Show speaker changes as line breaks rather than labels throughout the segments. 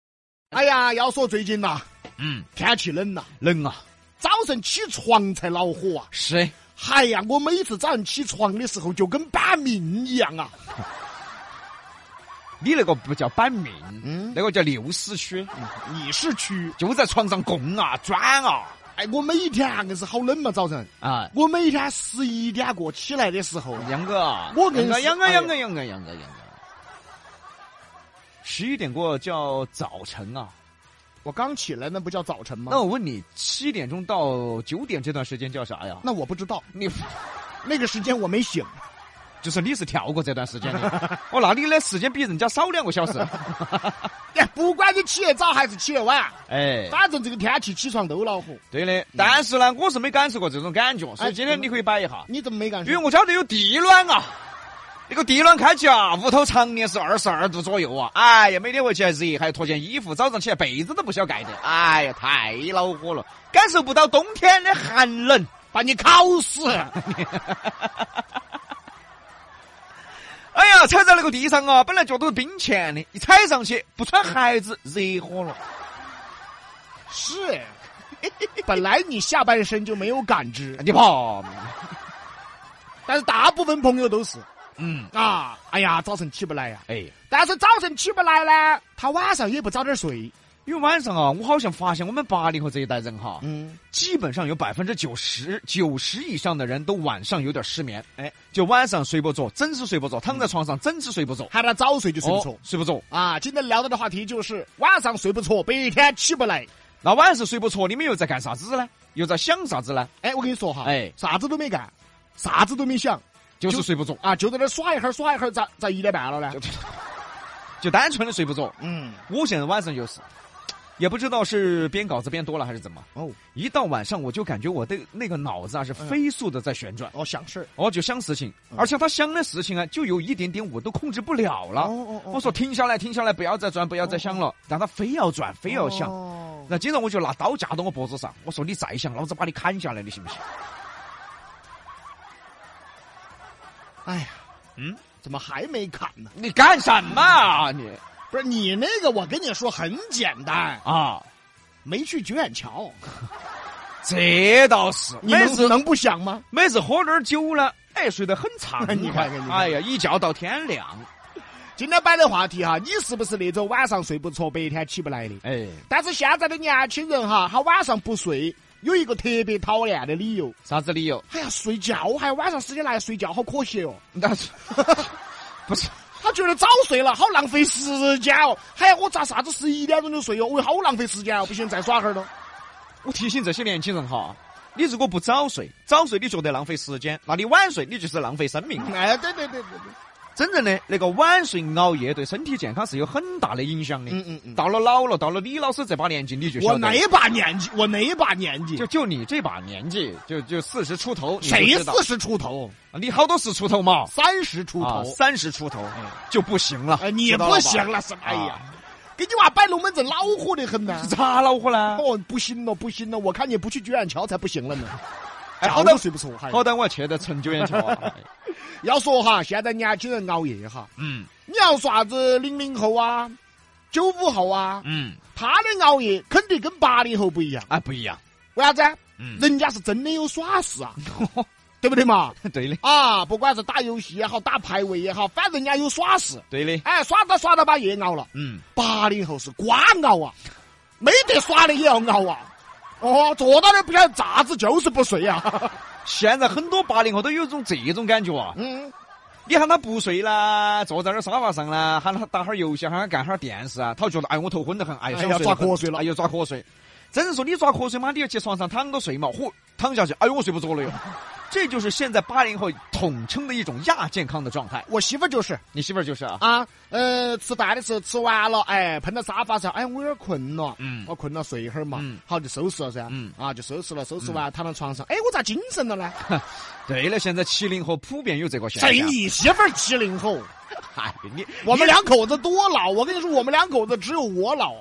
哎呀，要说最近呐、
嗯，
天气冷呐、
冷啊，
早晨起床才恼火啊！
是，
哎呀，我每次早上起床的时候就跟搬命一样啊！
你那个不叫板命，
嗯
那个叫六死区，
你是蛆，
就在床上拱啊转啊
哎，我每天啊硬是好冷嘛，早晨。
啊，
我每天十一点过起来的时候，
杨哥啊，
我跟
杨哥，
你说
杨哥，
哎
杨哥，杨哥，杨哥，杨哥，十一点过叫早晨啊。
我刚起来那不叫早晨吗？
那我问你，七点钟到九点这段时间叫啥呀？
那我不知道，
你
那个时间我没醒。
就是你是跳过这段时 间的，哦，那你的时间比人家少两个小时。
哎，不管你起得早还是起得晚，啊
哎，
反正这个天气起床都恼火。
对的，但是呢，我是没感受过这种感觉，
哎
所以今天你可以摆一下，
你怎么没感
因为
受？
我晓得有地暖啊。那个地暖开启啊，屋头常年是二十二度左右啊！哎呀，每天回去还热，还要脱件衣服，早上起来被子都不晓盖的，哎呀，太恼火了，感受不到冬天的寒冷。
把你烤 死！
哎呀，踩在那个地上啊，本来脚都是冰嵌的，一踩上去不穿鞋子，热火了。
是，本来你下半身就没有感知，
你跑，
但是大部分朋友都是
嗯，
啊，哎呀，早晨起不来呀、
哎，
但是早晨起不来呢，他晚上也不早点睡。
因为晚上啊，我好像发现我们八零后这一代人哈，
嗯，
基本上有百分之九十九十以上的人都晚上有点失眠，哎，就晚上睡不着，真是睡不着，躺在床上真是睡不着，
喊他早嗯睡就睡不着、
哦睡不着。
啊。今天聊到的话题就是晚上睡不着，白天起不来。
那晚上睡不着，你们又在干啥子呢？又在想啥子呢？
哎，我跟你说哈，
哎
啥子都没干，啥子都没想
就是
就
睡不着，
啊，就在那儿耍一会儿，耍一会儿，咋咋一点半了呢
就？ 就单纯的睡不着。
嗯，
我现在晚上就是，也不知道是编稿子编多了还是怎么，
哦
一到晚上我就感觉我的那个脑子啊是飞速的在旋转，
哦，想事儿
哦，就想事情，
嗯
而且他想的事情啊，就有一点点我都控制不了了。
哦
我说停下来，停下来，不要再转，不要再想了，但他非要转，非要想。
哦
那今早我就拿刀架到我脖子上，我说你再想，老子把你砍下来，你信不信？
哎呀，
嗯，
怎么还没砍呢？
你干什么啊你
不是你那个，我跟你说很简单，
啊？
没去九眼桥，
这倒是，
你
每
能
次
能不想吗？
每次喝点儿酒了，哎，睡得很 长
你看看你看
哎呀，一觉到天亮，
今天摆的话题哈，你是不是那种晚上睡不着，白天起不来的？
哎，
但是现在的年轻人哈，他晚上不睡，有一个特别讨厌的理由，
啥子理由？
哎呀，睡觉还晚上时间来睡觉，好可惜哦。
那是不是？
他觉得早睡了，好浪费时间哦。哎呀，我咋啥子十一点钟就睡哦？我好浪费时间哦，不行，再耍会儿咯。
我提醒这些年轻人哈，你如果不早睡，早睡你觉得浪费时间，那你晚睡你就是浪费生命。
哎，对对对对对，
真正的那个晚睡熬夜对身体健康是有很大的影响的。
嗯嗯嗯。
到了老了，到了李老师这把年纪，你就
我
晓得了
哪把年纪？我哪把年纪？
就就你这把年纪，就就四十出头，你就
谁
知道
四十出头？
你好多是出头嘛，
三十出
啊，
头？
三十出头、就不行了。
哎，你
知道
不
了吧
行了是吧？哎呀
啊，
给你娃摆龙门阵，恼火的很呐。
咋恼火呢？
哦，不行了，不行了，我看你不去九眼桥才不行了呢，
哎
觉
好
都
的
睡不着。还
好歹我要去得成九眼桥 啊。哎
要说哈，现在年轻人熬夜哈，
嗯
你要说啥子零零后啊、九五后啊，
嗯，
他的熬夜肯定跟八零后不一样，
啊不一样。
为啥子啊？
嗯，
人家是真的有耍事啊，对 不对嘛？
对的，
啊，不管是打游戏也好，打排位也好，反正人家有耍事。
对的。
哎，耍着耍着把夜熬了。
嗯，
八零后是瓜熬啊，没得耍的也要熬啊。哦，坐到那儿不晓得咋子，就是不睡啊。
现在很多八零后都有种这种感觉啊。
嗯，
你喊他不睡啦，坐在那儿沙发上啦，喊他打会儿游戏，喊他干会儿电视啊，他觉得哎我头昏得很，哎呀
哎呀
想睡得
抓
很
瞌睡了
哎呦抓瞌睡。真是说你抓瞌睡嘛，你就去床上躺着睡嘛，嚯躺下去，哎呦我睡不着了 哟。这就是现在八零后统称的一种亚健康的状态。
我媳妇儿就是
你媳妇儿就是啊，
啊，呃，吃饭的时候吃完了，哎，碰到沙发上，哎，我有点困了，
嗯
我困了睡一会儿嘛，
嗯
好就收拾了噻，
嗯
啊，就收拾了，收拾完躺到床上，哎，我咋精神了呢？
对了，现在七零后普遍有这个现
谁
象。
你媳妇儿七零后，
哎，你
我们两口子多老，我跟你说，我们两口子只有我老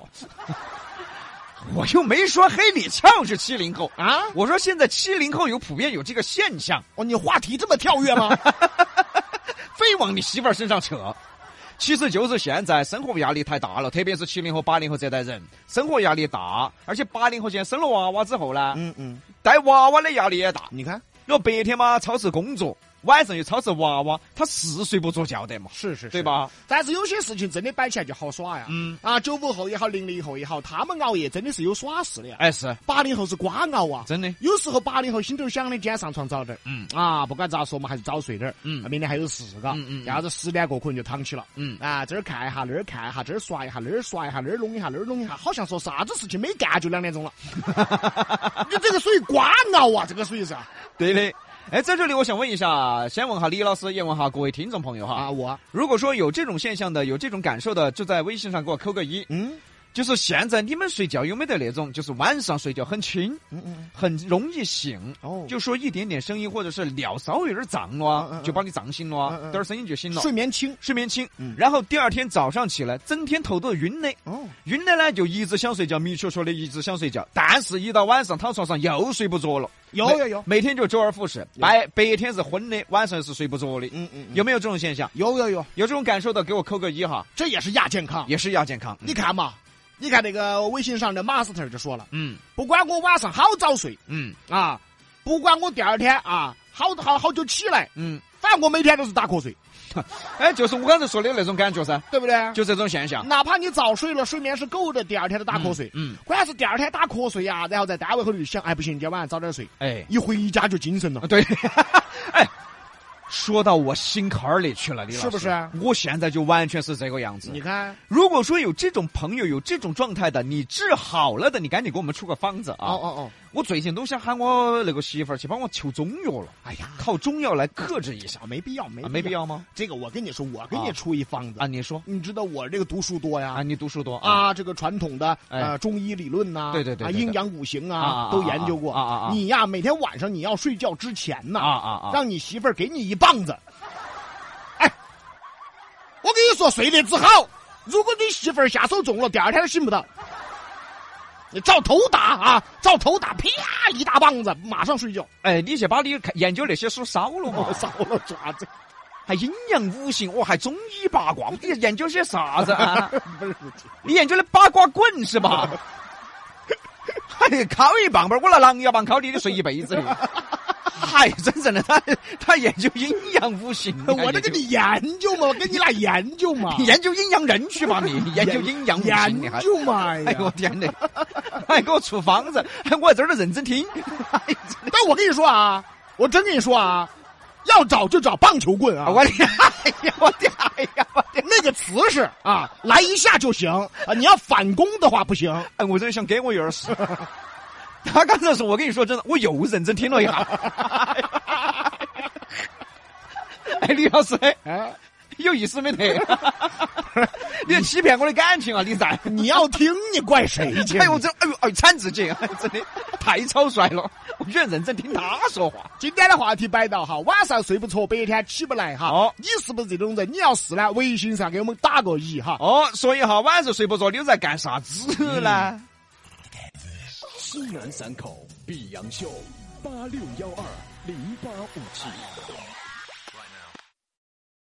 我又没说黑李俏是七零后，
啊！
我说现在七零后有普遍有这个现象。
哦，你话题这么跳跃吗？
非往你媳妇儿身上扯。其实就是现在生活压力太大了，特别是七零后、八零后这代人，生活压力大，而且八零后现在生了娃娃之后呢，
嗯嗯，
带娃娃的压力也大。
你看，
因为白天嘛，操持工作，晚上又操持娃娃，他是睡不着觉的嘛，
是是
对？吧？
但是有些事情真的摆起来就好耍呀。
嗯，
啊，九五后也好，零零后也好，他们熬夜真的是有耍事的呀。
哎，是
八零后是瓜熬啊。
真的。
有时候八零后心头想的，今天上床早点儿。
嗯
啊，不管咋说，我们还是早睡点儿。啊
嗯
明天还有事，嘎。
嗯嗯嗯
要是十点过可能就躺起了。
嗯
啊，这儿看一下，那儿看一下，这儿刷一下，那儿刷一下，那儿弄一下，那儿弄一下，好像说啥子事情没干就两点 钟了。你这个属于瓜熬啊，这个属于是啊。
对的。哎，在这里我想问一下，先问下李老师，也问下各位听众朋友哈。
啊我
如果说有这种现象的，有这种感受的，就在微信上给我扣个一。
嗯
就是现在你们睡觉有没得那种，就是晚上睡觉很轻，
嗯嗯
很容易醒，
哦
就说一点点声音或者是聊稍微有点胀了
嗯嗯
啊，
嗯
就把你胀醒了啊
嗯，嗯
点儿声音就醒了，
睡眠轻
睡眠轻
嗯。
然后第二天早上起来，整天头都晕的，
哦
晕的呢就一直想睡觉，迷戳戳的一直想睡觉，但是一到晚上躺床上又睡不着了。
有
每
有有
每天就周而复始，
有
白白天是昏的，晚上是睡不着的。
嗯嗯
有没有这种现象？
有有有，
有这种感受的，给我扣个一哈，
这也是亚健康。
也是亚健康。
啊你看嘛，你看那个微信上的 master 就说了，
嗯
不管我晚上好早睡
嗯
啊，不管我第二天啊好好好久起来，
嗯，
反正我每天都是打瞌睡，
哎，就是我刚才说的那种感觉噻，
对不对？
就这种现象。
哪怕你早睡了，睡眠是够的，第二天都打瞌睡。
嗯，嗯
关键是第二天打瞌睡呀、然后在单位后头就想，哎，不行，今天晚上早点睡。
哎，
一回家就精神了，
啊对， 哎，说到我心坎儿里去了，李老师，
是不是啊
我现在就完全是这个样子
你。看，
如果说有这种朋友有这种状态的，你治好了的，你赶紧给我们出个方子啊！
哦哦哦，
我最近都想喊我那个媳妇儿去帮我求中药了，
哎呀，
靠中药来克制一下，
没必要，没
啊、没必。要吗？
这个我跟你说，我给
啊
你出一方子
啊，，你说
你知道我这个读书多呀，
啊，你读书多啊，哎
啊，这个传统的呃中医理论呐，
对对对
啊
对对
阴阳五行
啊啊
啊
啊
都研究过
啊啊啊
你呀，每天晚上你要睡觉之前
啊
呐，
啊啊！
让你媳妇儿给你一棒子。哎，我跟你说，睡得之好，如果你媳妇儿下手重了，第二天都醒不到。你照头打啊，照头打，啪一大棒子，马上睡觉。
哎，你去把你看研究那些书烧了嘛
我？哦烧了爪子，
还阴阳五行，我还中医八卦，你研究些啥子啊？
不是
你研究的八卦棍是吧？还敲一棒棒，我拿狼牙棒敲你，你睡一辈子。嗨，真正的他，他研究阴阳五行，
我这
这
跟你研究嘛，我跟你俩研究嘛，
研究阴阳人去吧你，你 研究阴阳五行，你还
研。究嘛。哎
哎
呀
呦我天哪！还给我出方子，还我还在这儿认真听。哎真
但我跟你说啊，我真跟你说啊，要找就找棒球棍啊，
的我的，哎呀我的，哎呀我的！
那个瓷实啊，来一下就行啊。你要反攻的话不行，
哎，我真想给我一耳屎。他刚才说，我跟你说真的，我又认真听了一下。哎，李老师，
哎，
有意思没得？你在欺骗我的感情啊！你在，
你要听你怪谁去？
哎呦，我真，哎呦，哎呦，惨自己，哎真的太草率了。我居然认真听他说话。
今天的话题摆到哈，晚上睡不着，白天起不来哈。
好
你是不是这种人？你要是呢，微信上给我们打个一哈。
哦，所以哈，晚上睡不着，你又在干啥子呢？
西南三口碧阳秀八六幺二零八五七。